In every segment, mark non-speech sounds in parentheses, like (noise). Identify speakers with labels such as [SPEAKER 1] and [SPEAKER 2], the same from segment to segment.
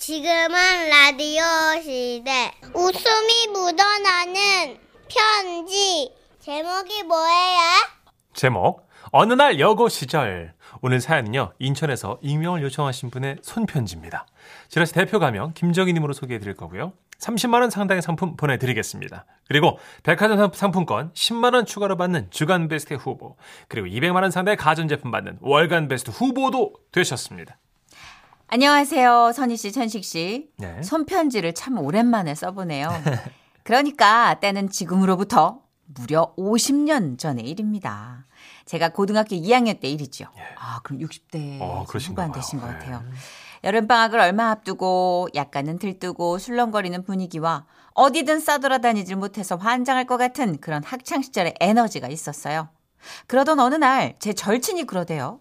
[SPEAKER 1] 지금은 라디오 시대. 웃음이 묻어나는 편지. 제목이 뭐예요?
[SPEAKER 2] 제목 어느 날 여고 시절 오늘 사연은요 인천에서 익명을 요청하신 분의 손편지입니다 지라시 대표 가명 김정희님으로 소개해드릴 거고요 30만원 상당의 상품 보내드리겠습니다 그리고 백화점 상- 상품권 10만원 추가로 받는 주간베스트 후보 그리고 200만원 상당의 가전제품 받는 월간베스트 후보도 되셨습니다
[SPEAKER 3] 안녕하세요. 선희 씨, 천식 씨.
[SPEAKER 2] 네.
[SPEAKER 3] 손편지를 참 오랜만에
[SPEAKER 2] (laughs)
[SPEAKER 3] 써보네요. 그러니까 때는 지금으로부터 무려 50년 전의 일입니다. 제가 고등학교 2학년 때 일이죠. 아, 그럼 60대
[SPEAKER 2] 어, 예. 그러신가
[SPEAKER 3] 후반
[SPEAKER 2] 봐요.
[SPEAKER 3] 되신 것
[SPEAKER 2] 네.
[SPEAKER 3] 같아요. 여름방학을 얼마 앞두고 약간은 들뜨고 술렁거리는 분위기와 어디든 싸돌아다니질 못해서 환장할 것 같은 그런 학창시절의 에너지가 있었어요. 그러던 어느 날 제 절친이 그러대요.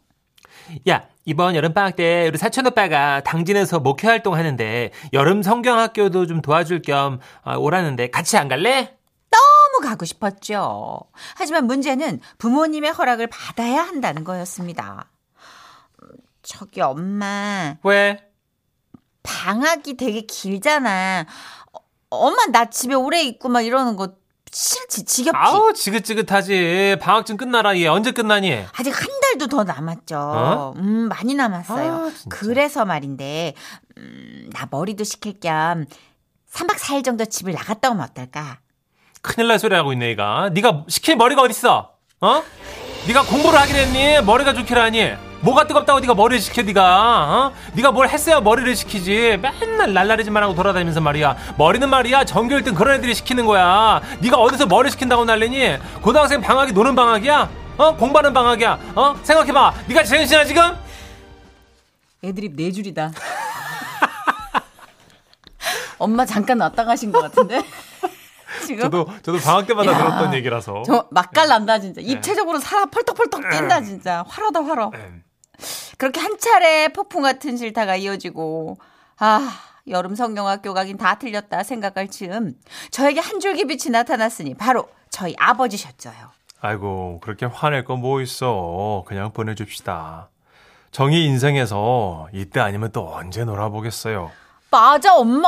[SPEAKER 2] 야 이번 여름방학 때 우리 사촌오빠가 당진에서 목회활동 하는데 여름 성경학교도 좀 도와줄 겸 어, 오라는데 같이 안 갈래?
[SPEAKER 3] 너무 가고 싶었죠. 하지만 문제는 부모님의 허락을 받아야 한다는 거였습니다. 음, 저기 엄마,
[SPEAKER 2] 왜?
[SPEAKER 3] 방학이 되게 길잖아. 어, 엄마 나 집에 오래 있고 막 이러는 거 싫지, 지겹지.
[SPEAKER 2] 아우 지긋지긋하지 방학쯤 끝나라 얘 언제 끝나니
[SPEAKER 3] 아직 한 달도 더 남았죠.
[SPEAKER 2] 어?
[SPEAKER 3] 음, 많이 남았어요.
[SPEAKER 2] 아, 진짜.
[SPEAKER 3] 그래서 말인데, 음, 나 머리도 식힐 겸 3박 4일 정도 집을 나갔다 오면 어떨까?
[SPEAKER 2] 큰일 날 소리 하고 있네 얘가 네가 시킬 머리가 어딨어 어? 네가 공부를 하긴 했니 머리가 좋기라니 뭐가 뜨겁다고 네가 머리를 식혀 네가 어? 네가 뭘 했어야 머리를 식히지 맨날 날라리지만 하고 돌아다니면서 말이야 머리는 말이야 전교 1등 그런 애들이 시키는 거야 네가 어디서 머리 식힌다고 날리니 고등학생 방학이 노는 방학이야 어? 공부하는 방학이야 어? 생각해봐 네가 제정신이야 지금?
[SPEAKER 3] 애드립 네 줄이다. (laughs) 엄마 잠깐 왔다 가신 것 같은데. (laughs) 지금
[SPEAKER 2] 저도 방학 때마다
[SPEAKER 3] 야. 들었던
[SPEAKER 2] 얘기라서
[SPEAKER 3] 저 맛깔 난다 진짜.
[SPEAKER 2] 네.
[SPEAKER 3] 입체적으로 살아 펄떡펄떡 뛴다 진짜. 화로다 화로.
[SPEAKER 2] 네.
[SPEAKER 3] 그렇게 한 차례 폭풍 같은 질타가 이어지고 아 여름 성경학교 가긴 다 틀렸다 생각할 즈음 저에게 한 줄기 빛이 나타났으니 바로 저희 아버지셨죠요.
[SPEAKER 2] 아이고, 그렇게 화낼 거 뭐 있어. 그냥 보내줍시다. 정이 인생에서 이때 아니면 또 언제 놀아보겠어요.
[SPEAKER 3] 맞아 엄마.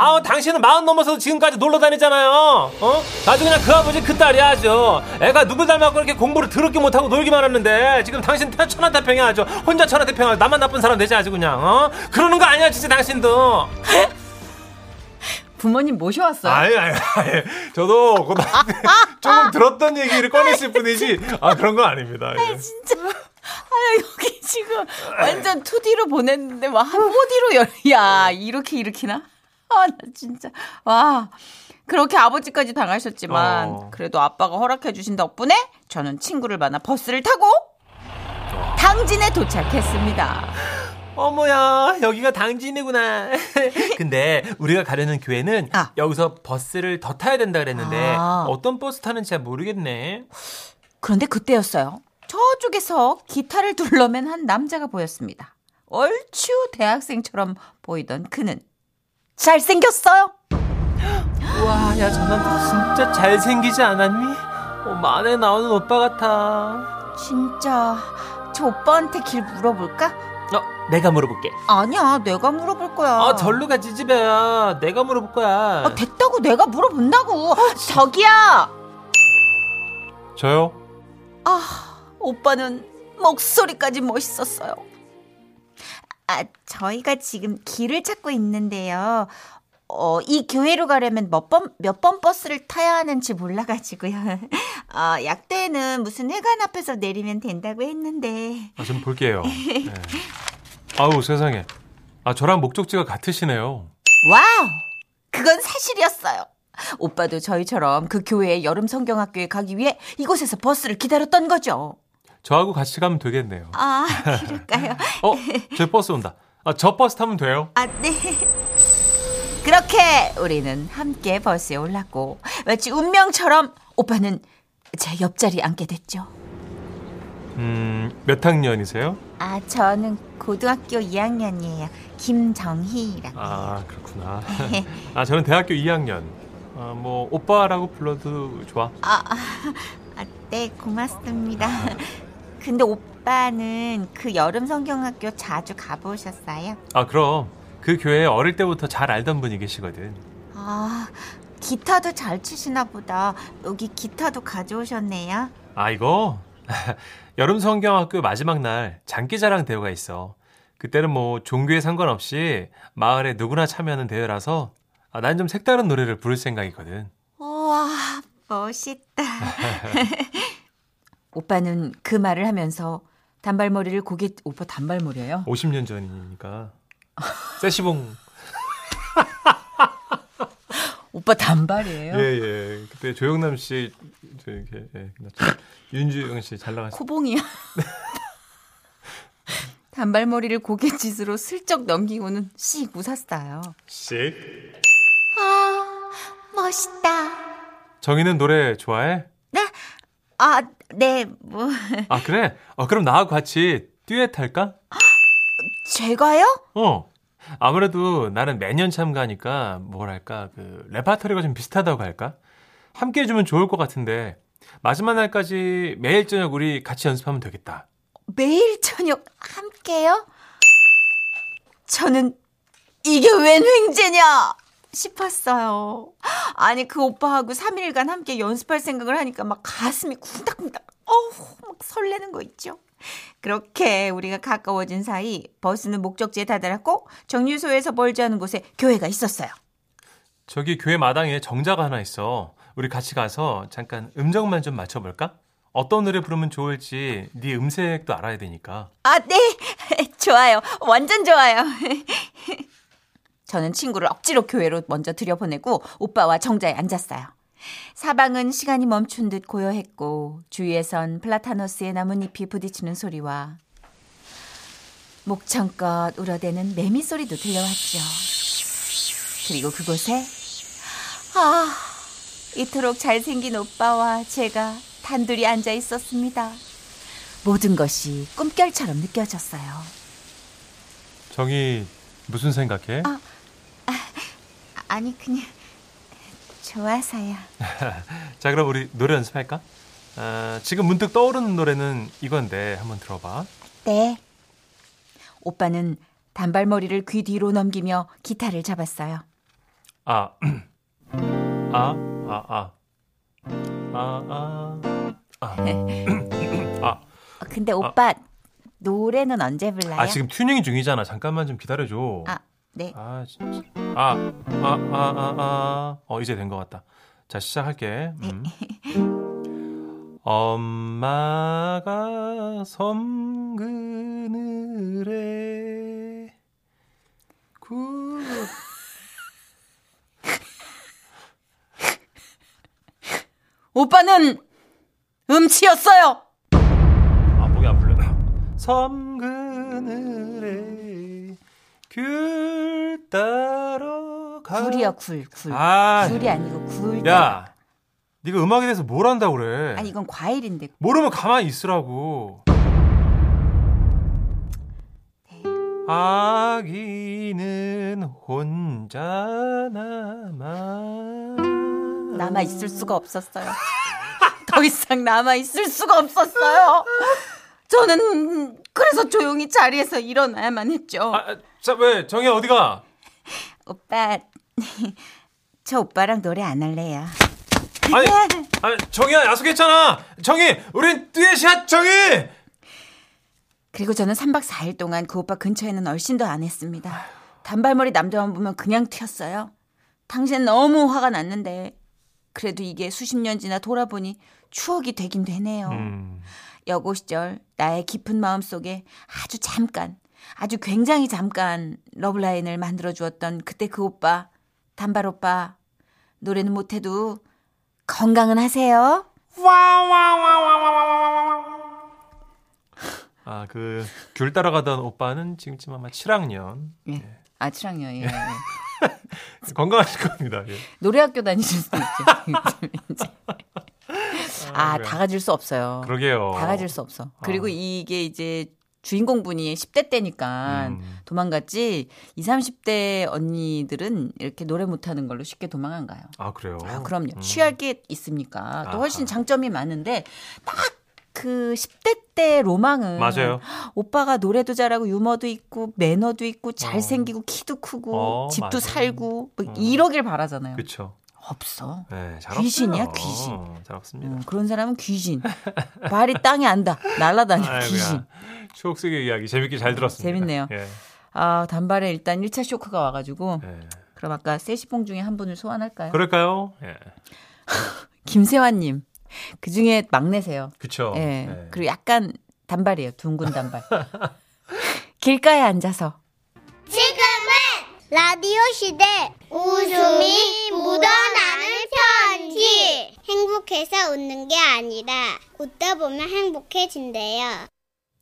[SPEAKER 2] 아우, 당신은 마흔 넘어서도 지금까지 놀러 다니잖아요. 어? 나중에 그냥 그 아버지 그 딸이 하죠. 애가 누굴 닮았고 이렇게 공부를 더럽게 못하고 놀기만 하는데 지금 당신 태- 천하태평이 하죠. 혼자 천하태평하고 나만 나쁜 사람 되지 아주 그냥. 어? 그러는 거 아니야, 진짜 당신도.
[SPEAKER 3] 부모님 모셔왔어요.
[SPEAKER 2] 아니, 아니, 아니. 저도 고등학교 때 (laughs) 조금 들었던 얘기를 꺼냈을 뿐이지. 아, 그런 거 아닙니다. 예.
[SPEAKER 3] 진짜. (laughs) 아 여기 지금 완전 2D로 보냈는데 와 4D로 열. 야 이렇게 이렇게나? 아 나 진짜 와 그렇게 아버지까지 당하셨지만
[SPEAKER 2] 어.
[SPEAKER 3] 그래도 아빠가 허락해 주신 덕분에 저는 친구를 만나 버스를 타고 당진에 도착했습니다.
[SPEAKER 2] 어머야 여기가 당진이구나. (laughs) 근데 우리가 가려는 교회는
[SPEAKER 3] 아.
[SPEAKER 2] 여기서 버스를 더 타야 된다 그랬는데
[SPEAKER 3] 아.
[SPEAKER 2] 어떤 버스 타는지 잘 모르겠네.
[SPEAKER 3] 그런데 그때였어요. 저쪽에서 기타를 둘러맨 한 남자가 보였습니다. 얼추 대학생처럼 보이던 그는 잘생겼어요.
[SPEAKER 2] 와, 야 저 남자 진짜 잘생기지 않았니? 어, 만에 나오는 오빠 같아.
[SPEAKER 3] 진짜 저 오빠한테 길 물어볼까?
[SPEAKER 2] 어, 내가 물어볼게.
[SPEAKER 3] 아니야 내가 물어볼 거야.
[SPEAKER 2] 어, 절로 가지 집에야. 아, 내가 물어볼 거야.
[SPEAKER 3] 아, 됐다고 내가 물어본다고.
[SPEAKER 2] 아,
[SPEAKER 3] 저기야.
[SPEAKER 2] 저요?
[SPEAKER 3] 아 오빠는 목소리까지 멋있었어요. 아 저희가 지금 길을 찾고 있는데요. 어, 이 교회로 가려면 몇 번, 몇 번 버스를 타야 하는지 몰라가지고요. (laughs) 아, 약대에는 무슨 회관 앞에서 내리면 된다고 했는데.
[SPEAKER 2] 아, 좀 볼게요. 네. 아우 세상에. 아 저랑 목적지가 같으시네요.
[SPEAKER 3] 와우! 그건 사실이었어요. 오빠도 저희처럼 그 교회의 여름 성경학교에 가기 위해 이곳에서 버스를 기다렸던 거죠.
[SPEAKER 2] 저하고 같이 가면 되겠네요.
[SPEAKER 3] 아, (laughs) 그럴까요?
[SPEAKER 2] 어, 저 버스 온다. 아, 저 버스 타면 돼요.
[SPEAKER 3] 아, 네. 그렇게 우리는 함께 버스에 올랐고, 마치 운명처럼 오빠는 제 옆자리에 앉게 됐죠.
[SPEAKER 2] 음, 몇 학년이세요?
[SPEAKER 3] 아, 저는 고등학교 2학년이에요. 김정희라고.
[SPEAKER 2] 아,
[SPEAKER 3] (laughs)
[SPEAKER 2] 그렇구나. 아, 저는 대학교 2학년. 아, 뭐 오빠라고 불러도 좋아.
[SPEAKER 3] 아, 아, 아, 네, 고맙습니다. 근데 오빠는 그 여름 성경학교 자주 가보셨어요?
[SPEAKER 2] 아, 그럼 그 교회 어릴 때부터 잘 알던 분이 계시거든.
[SPEAKER 3] 아, 기타도 잘 치시나 보다. 여기 기타도 가져오셨네요.
[SPEAKER 2] 아 이거 (laughs) 여름 성경학교 마지막 날 장기자랑 대회가 있어. 그때는 뭐 종교에 상관없이 마을에 누구나 참여하는 대회라서 아, 난 좀 색다른 노래를 부를 생각이거든.
[SPEAKER 3] 우와, 멋있다. (laughs) 오빠는 그 말을 하면서 단발머리를 고개 오빠 단발머리예요?
[SPEAKER 2] 50년 전이니까 (laughs) 세시봉
[SPEAKER 3] 오빠 단발이에요?
[SPEAKER 2] 예예 그때 조영남 씨 저, 이렇게 예, 끝났죠. 윤주영 씨 잘 나갔어.
[SPEAKER 3] 코봉이야. (laughs) 단발머리를 고개짓으로 슬쩍 넘기고는 씩 웃었어요.
[SPEAKER 2] 씨
[SPEAKER 3] 아, 멋있다.
[SPEAKER 2] 정희는 노래 좋아해?
[SPEAKER 3] 네? 아, 네, 뭐. (laughs)
[SPEAKER 2] 아 그래? 어 그럼 나하고 같이 듀엣 할까?
[SPEAKER 3] 제가요?
[SPEAKER 2] 어. 아무래도 나는 매년 참가하니까 뭐랄까 그 레파토리가 좀 비슷하다고 할까? 함께 해주면 좋을 것 같은데 마지막 날까지 매일 저녁 우리 같이 연습하면 되겠다.
[SPEAKER 3] 매일 저녁 함께요? 저는 이게 웬 횡재냐 싶었어요. 아니 그 오빠하고 3일간 함께 연습할 생각을 하니까 막 가슴이 쿵닥쿵닥 어우 막 설레는 거 있죠. 그렇게 우리가 가까워진 사이 버스는 목적지에 다다랐고 정류소에서 멀지 않은 곳에 교회가 있었어요.
[SPEAKER 2] 저기 교회 마당에 정자가 하나 있어. 우리 같이 가서 잠깐 음정만 좀 맞춰볼까? 어떤 노래 부르면 좋을지 네 음색도 알아야 되니까.
[SPEAKER 3] 아, 네. (laughs) 좋아요. 완전 좋아요. (laughs) 저는 친구를 억지로 교회로 먼저 들여보내고 오빠와 정자에 앉았어요. 사방은 시간이 멈춘 듯 고요했고 주위에선 플라타너스의 나뭇잎이 부딪히는 소리와 목청껏 우러대는 매미 소리도 들려왔죠. 그리고 그곳에 아 이토록 잘생긴 오빠와 제가 단둘이 앉아 있었습니다. 모든 것이 꿈결처럼 느껴졌어요.
[SPEAKER 2] 정이 무슨 생각해?
[SPEAKER 3] 아. 아니 그냥 좋아서요.
[SPEAKER 2] 자 그럼 우리 노래 연습할까? 아, 지금 문득 떠오르는 노래는 이건데 한번 들어봐.
[SPEAKER 3] 네. 오빠는 단발머리를 귀 뒤로 넘기며 기타를 잡았어요.
[SPEAKER 2] 아, (clears throat) 아, 아, 아, 아, 아, 아, 아,
[SPEAKER 3] 어, 근데 오빠 노래는 언제 불러요?
[SPEAKER 2] 아, 지금 튜닝 중이잖아. 잠깐만 좀 기다려줘.
[SPEAKER 3] 아, 네.
[SPEAKER 2] 아, 진짜. 아, 아, 아, 아, 아. 어, 이제 된 것 같다. 자, 시작할게. 음. 엄마가 섬 그늘에 구.
[SPEAKER 3] 오빠는 음치였어요.
[SPEAKER 2] 아, 목이 안 풀려. 섬 그늘에 귤 따러 가.
[SPEAKER 3] 굴이야 굴 굴.
[SPEAKER 2] 아,
[SPEAKER 3] 굴이 아니고 굴.
[SPEAKER 2] 야, 네가 음악에 대해서 뭘 안다 고 그래?
[SPEAKER 3] 아니 이건 과일인데.
[SPEAKER 2] 모르면 가만히 있으라고. 아기는 혼자 남아
[SPEAKER 3] 남아 있을 수가 없었어요. 더 이상 남아 있을 수가 없었어요. 저는 그래서 조용히 자리에서 일어나야만 했죠.
[SPEAKER 2] 아, 아, 자, 왜 정혜 어디가?
[SPEAKER 3] 오빠, 저 오빠랑 노래 안 할래요.
[SPEAKER 2] 아니, 아니 정혜야 약속했잖아. 정혜, 우린 듀엣샷 정혜.
[SPEAKER 3] 그리고 저는 3박 4일 동안 그 오빠 근처에는 얼씬도 안 했습니다. 단발머리 남자만 보면 그냥 튀었어요. 당시엔 너무 화가 났는데 그래도 이게 수십 년 지나 돌아보니 추억이 되긴 되네요.
[SPEAKER 2] 음.
[SPEAKER 3] 여고 시절 나의 깊은 마음 속에 아주 잠깐, 아주 굉장히 잠깐 러브라인을 만들어 주었던 그때 그 오빠, 단발 오빠. 노래는 못해도 건강은 하세요.
[SPEAKER 2] 아, 그 귤 따라가던 오빠는 지금쯤 아마 7학년.
[SPEAKER 3] 예. 아, 7학년, 예.
[SPEAKER 2] 건강하실 겁니다. 예.
[SPEAKER 3] 노래학교 다니실 수도
[SPEAKER 2] (laughs)
[SPEAKER 3] 있죠. 아,
[SPEAKER 2] 그래요. 그렇죠.
[SPEAKER 3] 다 가질 수 없어요.
[SPEAKER 2] 그러게요.
[SPEAKER 3] 다 가질 수 없어. 그리고
[SPEAKER 2] 아.
[SPEAKER 3] 이게 이제 주인공분이 10대 때니까
[SPEAKER 2] 음.
[SPEAKER 3] 도망갔지 20, 30대 언니들은 이렇게 노래 못하는 걸로 쉽게 도망안 가요.
[SPEAKER 2] 아, 그래요.
[SPEAKER 3] 아, 그럼요.
[SPEAKER 2] 음.
[SPEAKER 3] 취할 게 있습니까? 또 훨씬
[SPEAKER 2] 아하.
[SPEAKER 3] 장점이 많은데 딱 그 10대 때 로망은
[SPEAKER 2] 맞아요.
[SPEAKER 3] 오빠가 노래도 잘하고 유머도 있고 매너도 있고 잘생기고 키도 크고
[SPEAKER 2] 어,
[SPEAKER 3] 집도
[SPEAKER 2] 맞아요.
[SPEAKER 3] 살고 뭐
[SPEAKER 2] 음.
[SPEAKER 3] 이러길 바라잖아요.
[SPEAKER 2] 그렇죠.
[SPEAKER 3] 없어.
[SPEAKER 2] 네, 잘
[SPEAKER 3] 귀신이야,
[SPEAKER 2] 없어요.
[SPEAKER 3] 귀신.
[SPEAKER 2] 어, 잘 없습니다.
[SPEAKER 3] 음, 그런 사람은 귀신. 발이 땅에 안다. 날아다니 귀신.
[SPEAKER 2] 아이고야. 추억 속의 이야기 재밌게 잘 들었습니다.
[SPEAKER 3] 재밌네요.
[SPEAKER 2] 예.
[SPEAKER 3] 아 단발에 일단 1차 쇼크가 와가지고
[SPEAKER 2] 예.
[SPEAKER 3] 그럼 아까 세시봉 중에 한 분을 소환할까요?
[SPEAKER 2] 그럴까요? 예.
[SPEAKER 3] 김세환님 그 중에 막내세요.
[SPEAKER 2] 그쵸.
[SPEAKER 3] 예.
[SPEAKER 2] 예.
[SPEAKER 3] 그리고 약간 단발이에요. 둥근 단발. (laughs) 길가에 앉아서
[SPEAKER 1] 지금은 라디오 시대 웃음이 묻어나는 편지 행복해서 웃는 게 아니라 웃다 보면 행복해진대요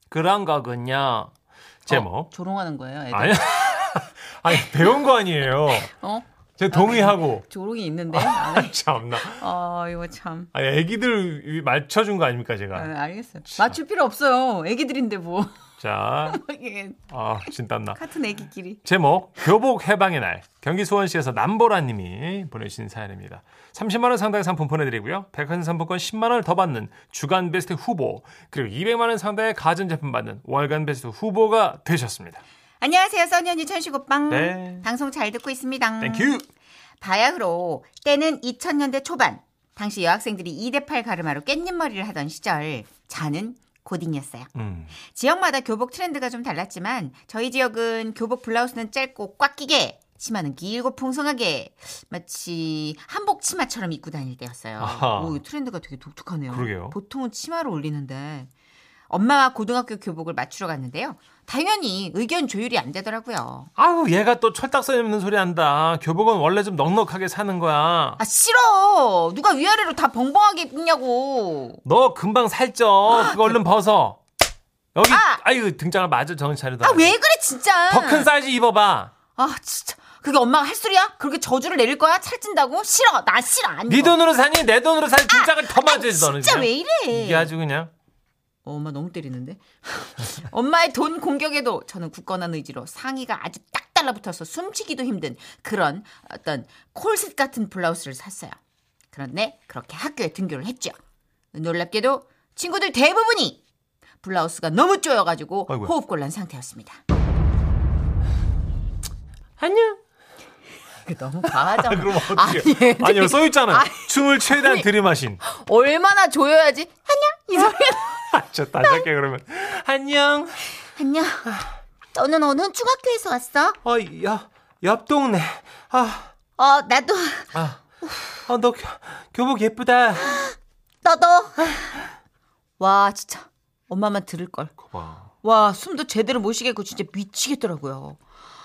[SPEAKER 2] 그런 거군요. 네,
[SPEAKER 3] 어,
[SPEAKER 2] 제목.
[SPEAKER 3] 조롱하는 거예요. 애들.
[SPEAKER 2] 아니, (laughs) 아니, 배운 거 아니에요.
[SPEAKER 3] 어?
[SPEAKER 2] 제가 동의하고.
[SPEAKER 3] 조롱이 있는데. 아, 네.
[SPEAKER 2] 참나.
[SPEAKER 3] 어, 이거 참.
[SPEAKER 2] 아니, 애기들 맞춰준 거 아닙니까,
[SPEAKER 3] 아,
[SPEAKER 2] 제가?
[SPEAKER 3] 알겠어요. 맞출 필요 없어요. 애기들인데 뭐. (laughs)
[SPEAKER 2] 자,
[SPEAKER 3] 이게
[SPEAKER 2] 아, 진땀나.
[SPEAKER 3] 같은 애기끼리.
[SPEAKER 2] 제목 교복 해방의 날 경기 수원시에서 남보라님이 보내주신 사연입니다. 30만 원 상당의 상품 보내드리고요. 백화점 상품권 10만 원을 더 받는 주간 베스트 후보 그리고 200만 원 상당의 가전 제품 받는 월간 베스트 후보가 되셨습니다.
[SPEAKER 3] 안녕하세요. 써니언니 천식오빵.
[SPEAKER 2] 네.
[SPEAKER 3] 방송 잘 듣고 있습니다.
[SPEAKER 2] 땡큐.
[SPEAKER 3] 바야흐로 때는 2000년대 초반 당시 여학생들이 2대8 가르마로 깻잎머리를 하던 시절 저는 고딩이었어요.
[SPEAKER 2] 음,
[SPEAKER 3] 지역마다 교복 트렌드가 좀 달랐지만 저희 지역은 교복 블라우스는 짧고 꽉 끼게 치마는 길고 풍성하게 마치 한복 치마처럼 입고 다닐 때였어요.
[SPEAKER 2] 아하.
[SPEAKER 3] 오, 이 트렌드가 되게 독특하네요.
[SPEAKER 2] 그러게요.
[SPEAKER 3] 보통은 치마를 올리는데 엄마와 고등학교 교복을 맞추러 갔는데요. 당연히 의견 조율이 안 되더라고요.
[SPEAKER 2] 아우 얘가 또 철딱선 없는 소리 한다. 교복은 원래 좀 넉넉하게 사는 거야.
[SPEAKER 3] 아 싫어 누가 위아래로 다 벙벙하게 입냐고
[SPEAKER 2] 너 금방 살쪄. 그거 얼른 벗어. 여기
[SPEAKER 3] 아!
[SPEAKER 2] 아유 등장을 마저 정신 차리다.
[SPEAKER 3] 아 왜 그래 진짜
[SPEAKER 2] 더 큰 사이즈 입어봐.
[SPEAKER 3] 아 진짜 그게 엄마가 할 소리야 그렇게 저주를 내릴 거야 살찐다고 싫어 나 싫어 안
[SPEAKER 2] 네
[SPEAKER 3] 입어.
[SPEAKER 2] 돈으로 사니 내 돈으로 사니 등장을 더 맞아야지 너는
[SPEAKER 3] 아, 진짜
[SPEAKER 2] 그냥.
[SPEAKER 3] 왜 이래
[SPEAKER 2] 이게 아주 그냥
[SPEAKER 3] 어, 엄마 너무 때리는데 (laughs) 엄마의 돈 공격에도 저는 굳건한 의지로 상의가 아주 딱 달라붙어서 숨쉬기도 힘든 그런 어떤 콜셋 같은 블라우스를 샀어요 그런데 그렇게 학교에 등교를 했죠 놀랍게도 친구들 대부분이 블라우스가 너무 쪼여가지고
[SPEAKER 2] 아이고야.
[SPEAKER 3] 호흡곤란 상태였습니다
[SPEAKER 2] 안녕.
[SPEAKER 3] 그 너무 과하잖아.
[SPEAKER 2] (laughs) 그럼
[SPEAKER 3] 아니,
[SPEAKER 2] 어떻게?
[SPEAKER 3] 아니,
[SPEAKER 2] 아니요 써 있잖아.
[SPEAKER 3] 아니.
[SPEAKER 2] 춤을 최대한 들이마신.
[SPEAKER 3] 얼마나 조여야지 안녕 이 소리.
[SPEAKER 2] 아, 저 다시 할게 그러면. 안녕.
[SPEAKER 3] (laughs) 안녕.
[SPEAKER 2] 아.
[SPEAKER 3] 너는 어느 중학교에서 왔어?
[SPEAKER 2] 어옆옆 동네. 아
[SPEAKER 3] 어 나도
[SPEAKER 2] 아. 어너 교복 예쁘다.
[SPEAKER 3] 너도. 아. 와 진짜 엄마만 들을 걸.
[SPEAKER 2] 거봐.
[SPEAKER 3] 와 숨도 제대로 못 쉬겠고 진짜 미치겠더라고요.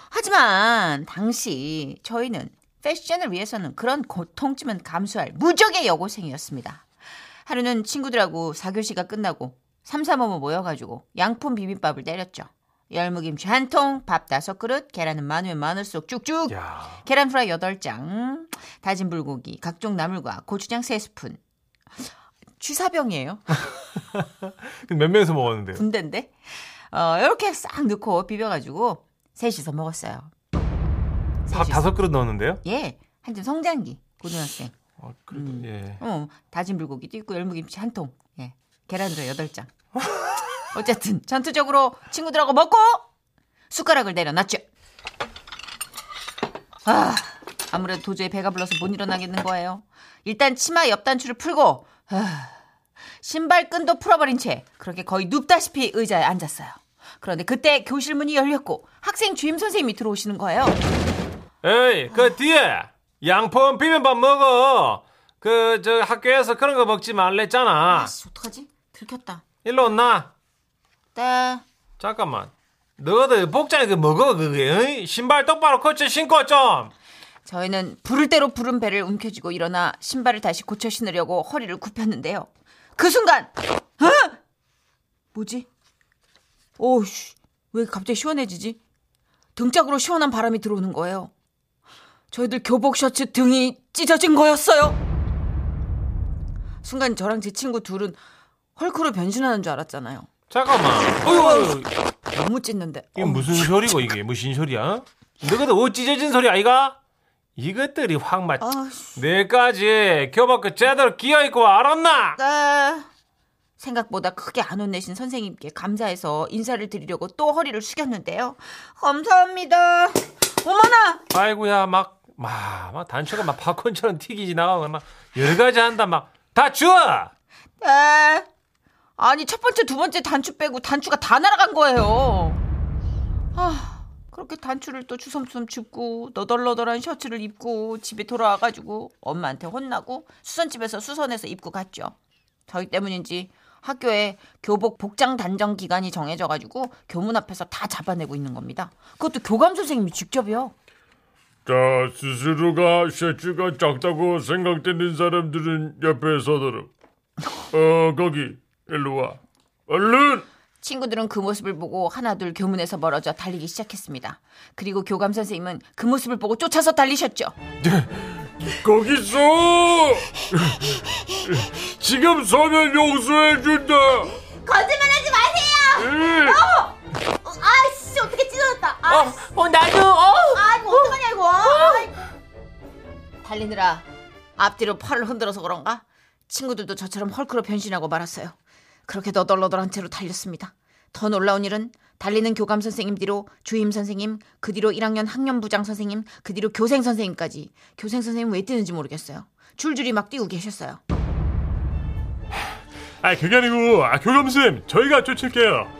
[SPEAKER 3] 하지만 당시 저희는 패션을 위해서는 그런 고통쯤은 감수할 무적의 여고생이었습니다. 하루는 친구들하고 4교시가 끝나고 3, 3, 5모 모여가지고 양푼 비빔밥을 때렸죠. 열무김치 한 통, 밥 다섯 그릇, 계란은 많으면 많을수록 쭉쭉
[SPEAKER 2] 야.
[SPEAKER 3] 계란 프라이 8장, 다진 불고기, 각종 나물과 고추장 3스푼.
[SPEAKER 2] (laughs)
[SPEAKER 3] 취사병이에요.
[SPEAKER 2] 근데 몇 명이서 먹었는데요?
[SPEAKER 3] 군대인데. 어, 이렇게 싹 넣고 비벼가지고 셋이서 먹었어요.
[SPEAKER 2] 밥
[SPEAKER 3] 셋이서.
[SPEAKER 2] 다섯 그릇 넣었는데요?
[SPEAKER 3] 예. 한점 성장기 고등학생.
[SPEAKER 2] 어, 그래도 예.
[SPEAKER 3] 어, 다진 불고기도 있고 열무김치 한 통. 예. 계란도 여덟 장. (laughs) 어쨌든 전투적으로 친구들하고 먹고 숟가락을 내려놨죠. 아, 아무래도 도저히 배가 불러서 못 일어나겠는 거예요. 일단 치마 옆 단추를 풀고 아, 신발끈도 풀어버린 채 그렇게 거의 눕다시피 의자에 앉았어요. 그런데 그때 교실 문이 열렸고 학생 주임 선생님이 들어오시는 거예요.
[SPEAKER 2] 에이 그 뒤에 양푼 비빔밥 먹어. 그 저 학교에서 그런 거 먹지 말랬잖아.
[SPEAKER 3] 아씨 어떡하지? 들켰다.
[SPEAKER 2] 일로 온나.
[SPEAKER 3] 네.
[SPEAKER 2] 잠깐만. 너희들 복장이 그 뭐고 그게 어이? 신발 똑바로 코치 신고 좀.
[SPEAKER 3] 저희는 부를 대로 부른 배를 움켜쥐고 일어나 신발을 다시 고쳐 신으려고 허리를 굽혔는데요. 그 순간, 어? 뭐지? 오씨, 왜 갑자기 시원해지지? 등짝으로 시원한 바람이 들어오는 거예요. 저희들 교복 셔츠 등이 찢어진 거였어요. 순간 저랑 제 친구 둘은 헐크로 변신하는 줄 알았잖아요.
[SPEAKER 2] 잠깐만. 어휴,
[SPEAKER 3] 너무 찢는데.
[SPEAKER 2] 이게
[SPEAKER 3] 어머,
[SPEAKER 2] 무슨 소리고 이게 무슨 소리야? 어? 너희들 옷 찢어진 소리 아이가? 이것들이 확 맞.
[SPEAKER 3] 아씨.
[SPEAKER 2] 내까지 교복 그 제대로 끼어 입고 와, 알았나?
[SPEAKER 3] 네. 생각보다 크게 안 혼내신 선생님께 감사해서 인사를 드리려고 또 허리를 숙였는데요. 감사합니다. 어머나!
[SPEAKER 2] 아이고야 막 막, 막 단추가 막 팝콘처럼 튀기 지나가고 막 여러 가지 한다 막 다 주워
[SPEAKER 3] 에. 아니, 첫 번째, 두 번째 단추 빼고 단추가 다 날아간 거예요. 아, 그렇게 단추를 또 주섬주섬 줍고, 너덜너덜한 셔츠를 입고, 집에 돌아와가지고, 엄마한테 혼나고, 수선집에서 수선해서 입고 갔죠. 저희 때문인지 학교에 교복 복장 단정 기간이 정해져가지고, 교문 앞에서 다 잡아내고 있는 겁니다. 그것도 교감 선생님이 직접이요.
[SPEAKER 4] 자, 스스로가 셔츠가 작다고 생각되는 사람들은 옆에 서더라. 어, 거기, 일로 와. 얼른!
[SPEAKER 3] 친구들은 그 모습을 보고 하나둘 교문에서 멀어져 달리기 시작했습니다. 그리고 교감 선생님은 그 모습을 보고 쫓아서 달리셨죠.
[SPEAKER 4] 거기서! 지금 서면 용서해준다!
[SPEAKER 5] 거짓말하지 마세요.
[SPEAKER 4] 예.
[SPEAKER 5] 어, 아씨 어떻게 찢어졌다. 아,
[SPEAKER 3] 어, 나도, 어!
[SPEAKER 5] 아 이거 어떡하냐 이거. 아이,
[SPEAKER 3] 달리느라 앞뒤로 팔을 흔들어서 그런가? 친구들도 저처럼 헐크로 변신하고 말았어요. 그렇게 너덜너덜한 채로 달렸습니다. 더 놀라운 일은 달리는 교감 선생님 뒤로 주임 선생님, 그 뒤로 1학년 학년 부장 선생님, 그 뒤로 교생 선생님까지. 교생 선생님 왜 뛰는지 모르겠어요. 줄줄이 막 뛰고 계셨어요.
[SPEAKER 4] 아, 그게 아니고, 아, 교감쌤, 저희가 쫓을게요.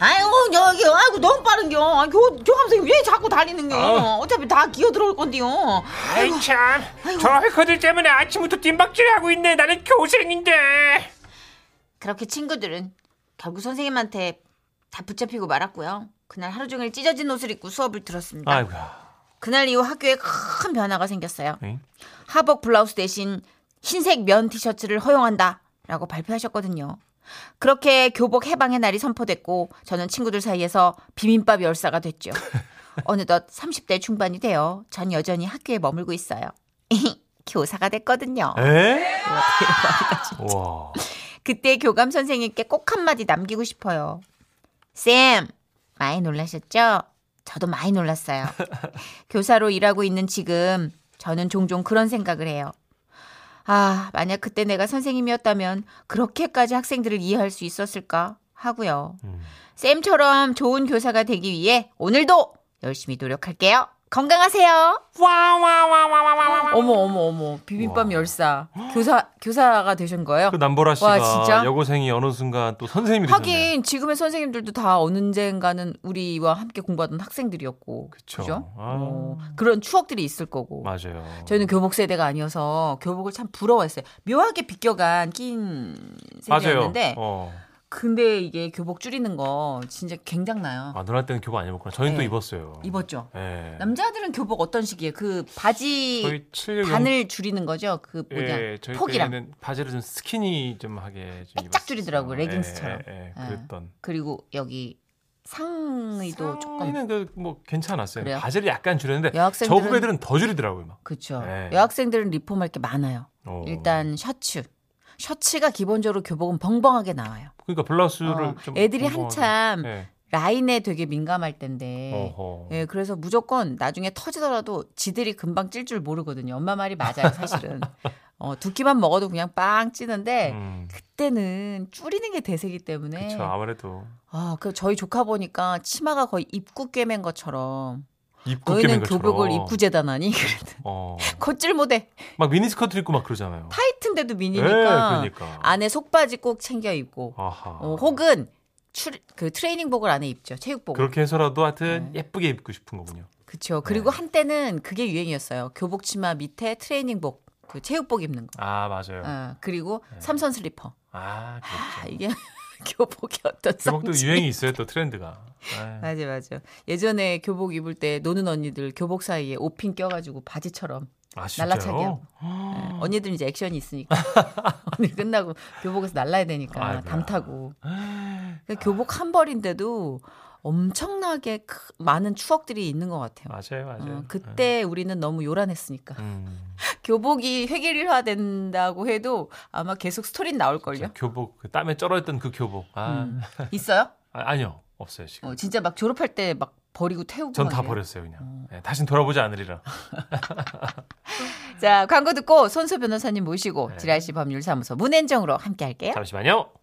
[SPEAKER 3] 아이고 여기 아이고 너무 빠른겨. 아, 교 교감 선생님 왜 자꾸 달리는겨?
[SPEAKER 4] 아.
[SPEAKER 3] 어차피 다 기어 들어올 건데요.
[SPEAKER 2] 아이 참저 헐크들 때문에 아침부터 뜀박질하고 있네 나는 교생인데
[SPEAKER 3] 그렇게 친구들은 결국 선생님한테 다 붙잡히고 말았고요. 그날 하루 종일 찢어진 옷을 입고 수업을 들었습니다.
[SPEAKER 2] 아이고야
[SPEAKER 3] 그날 이후 학교에 큰 변화가 생겼어요.
[SPEAKER 2] 응?
[SPEAKER 3] 하복 블라우스 대신 흰색 면 티셔츠를 허용한다라고 발표하셨거든요. 그렇게 교복 해방의 날이 선포됐고 저는 친구들 사이에서 비빔밥 열사가 됐죠. 어느덧 30대 중반이 되어 전 여전히 학교에 머물고 있어요. (laughs) 교사가 됐거든요.
[SPEAKER 2] 에? 와
[SPEAKER 3] 그때 교감 선생님께 꼭 한마디 남기고 싶어요. 쌤, 많이 놀라셨죠? 저도 많이 놀랐어요. 교사로 일하고 있는 지금 저는 종종 그런 생각을 해요. 아, 만약 그때 내가 선생님이었다면 그렇게까지 학생들을 이해할 수 있었을까 하고요. 쌤처럼 좋은 교사가 되기 위해 오늘도 열심히 노력할게요. 건강하세요. 어머 어머 어머 비빔밥
[SPEAKER 2] 와.
[SPEAKER 3] 열사 교사 교사가 되신 거예요?
[SPEAKER 2] 그 남보라 씨가
[SPEAKER 3] 와, 진짜?
[SPEAKER 2] 여고생이 어느 순간 또 선생님이 되셨네요
[SPEAKER 3] 하긴 지금의 선생님들도 다 언젠가는 우리와 함께 공부하던 학생들이었고
[SPEAKER 2] 그쵸.
[SPEAKER 3] 그죠?
[SPEAKER 2] 아.
[SPEAKER 3] 어, 그런 추억들이 있을 거고
[SPEAKER 2] 맞아요
[SPEAKER 3] 저희는 교복 세대가 아니어서 교복을 참 부러워했어요. 묘하게 비껴간 낀그 세대였는데
[SPEAKER 2] 어.
[SPEAKER 3] 근데 이게 교복 줄이는 거 진짜 굉장나요.
[SPEAKER 2] 아 누나 때는 교복 안 입었구나 저희는 또
[SPEAKER 3] 네.
[SPEAKER 2] 입었어요
[SPEAKER 3] 입었죠.
[SPEAKER 2] 예.
[SPEAKER 3] 남자들은 교복 어떤 식이에요? 그 바지
[SPEAKER 2] 저희 76
[SPEAKER 3] 반을 줄이는 거죠. 그 뭐냐
[SPEAKER 2] 예, 저희
[SPEAKER 3] 폭이랑
[SPEAKER 2] 때는 바지를 좀 스키니 좀 하게 좀
[SPEAKER 3] 쫙 줄이더라고요,
[SPEAKER 2] 입었어요.
[SPEAKER 3] 레깅스처럼.
[SPEAKER 2] 예, 예,
[SPEAKER 3] 예.
[SPEAKER 2] 그랬던.
[SPEAKER 3] 그리고 여기 상의도 조금
[SPEAKER 2] 상의는 그뭐 괜찮았어요.
[SPEAKER 3] 그래요?
[SPEAKER 2] 바지를 약간 줄였는데
[SPEAKER 3] 여학생들은-
[SPEAKER 2] 저 후배들은 더 줄이더라고요. 막.
[SPEAKER 3] 그렇죠.
[SPEAKER 2] 네.
[SPEAKER 3] 여학생들은 리폼할 게 많아요.
[SPEAKER 2] 어.
[SPEAKER 3] 일단 셔츠. 셔츠가 기본적으로 교복은 벙벙하게 나와요.
[SPEAKER 2] 그러니까 블라우스를
[SPEAKER 3] 어,
[SPEAKER 2] 좀
[SPEAKER 3] 애들이
[SPEAKER 2] 공부하게.
[SPEAKER 3] 한참
[SPEAKER 2] 예.
[SPEAKER 3] 라인에 되게 민감할 텐데.
[SPEAKER 2] 어허.
[SPEAKER 3] 예, 그래서 무조건 나중에 터지더라도 지들이 금방 찔 줄 모르거든요. 엄마 말이 맞아요, 사실은. 어, 두 끼만 먹어도 그냥 빵 찌는데
[SPEAKER 2] 음,
[SPEAKER 3] 그때는 줄이는 게 대세기 때문에
[SPEAKER 2] 그쵸 아무래도
[SPEAKER 3] 아, 그 저희 조카 보니까 치마가 거의 입구 꿰맨 것처럼
[SPEAKER 2] 입구
[SPEAKER 3] 너희는
[SPEAKER 2] 깨맨
[SPEAKER 3] 교복을
[SPEAKER 2] 것처럼.
[SPEAKER 3] 입구 재단하니 (laughs) 그랬더니
[SPEAKER 2] 어.
[SPEAKER 3] 걷질 못해.
[SPEAKER 2] 막 미니스커트 입고 막 그러잖아요.
[SPEAKER 3] (laughs) 타이트인데도
[SPEAKER 2] 예,
[SPEAKER 3] 미니니까
[SPEAKER 2] 그러니까.
[SPEAKER 3] 안에 속바지 꼭 챙겨 입고
[SPEAKER 2] 아하.
[SPEAKER 3] 어, 혹은 출, 그 트레이닝복을 안에 입죠 체육복을
[SPEAKER 2] 그렇게 해서라도 하여튼 예쁘게 입고 싶은 거군요.
[SPEAKER 3] 그렇죠
[SPEAKER 2] 네.
[SPEAKER 3] 그리고 한때는 그게 유행이었어요 교복 치마 밑에 트레이닝복 그 체육복 입는 거
[SPEAKER 2] 아 맞아요.
[SPEAKER 3] 어, 그리고
[SPEAKER 2] 네.
[SPEAKER 3] 삼선 슬리퍼
[SPEAKER 2] 아
[SPEAKER 3] 아,
[SPEAKER 2] 그렇죠.
[SPEAKER 3] 이게 (laughs) 교복이 어떤
[SPEAKER 2] 교복도
[SPEAKER 3] 성질이- 네.
[SPEAKER 2] 유행이 있어요 또 트렌드가. 아유.
[SPEAKER 3] (laughs) 맞아 맞아 예전에 교복 입을 때 노는 언니들 교복 사이에 옷핀 껴가지고 바지처럼
[SPEAKER 2] 아, 진짜요? 어,
[SPEAKER 3] 날라차기요. 네.
[SPEAKER 2] 음.
[SPEAKER 3] 언니들은 이제
[SPEAKER 2] (laughs)
[SPEAKER 3] 액션이 있으니까 오늘 끝나고 교복에서 날라야 되니까
[SPEAKER 2] 아이고야. 네. 아.
[SPEAKER 3] 담 타고 그러니까 교복 한 벌인데도 엄청나게 크- 많은 추억들이 있는 것 같아요.
[SPEAKER 2] 맞아요, 맞아요. 네.
[SPEAKER 3] 어, 그 그때 우리는 너무 요란했으니까
[SPEAKER 2] 음,
[SPEAKER 3] (laughs) 교복이 획일화된다고 해도 아마 계속 스토리 는
[SPEAKER 2] 저
[SPEAKER 3] 나올걸요.
[SPEAKER 2] 교복 그 땀에 쩔어있던 그 교복. 아, (laughs)
[SPEAKER 3] 음. 있어요?
[SPEAKER 2] 아 아니요 없어요 지금.
[SPEAKER 3] 어, 진짜 막 졸업할 때 막 버리고 태우고.
[SPEAKER 2] 전 다
[SPEAKER 3] 하네요.
[SPEAKER 2] 버렸어요 그냥. 네, 다신 돌아보지 않으리라. 네.
[SPEAKER 3] 자 광고 듣고 손수 변호사님 모시고 지라시 법률사무소 문앤정으로 함께할게요.
[SPEAKER 2] 잠시만요.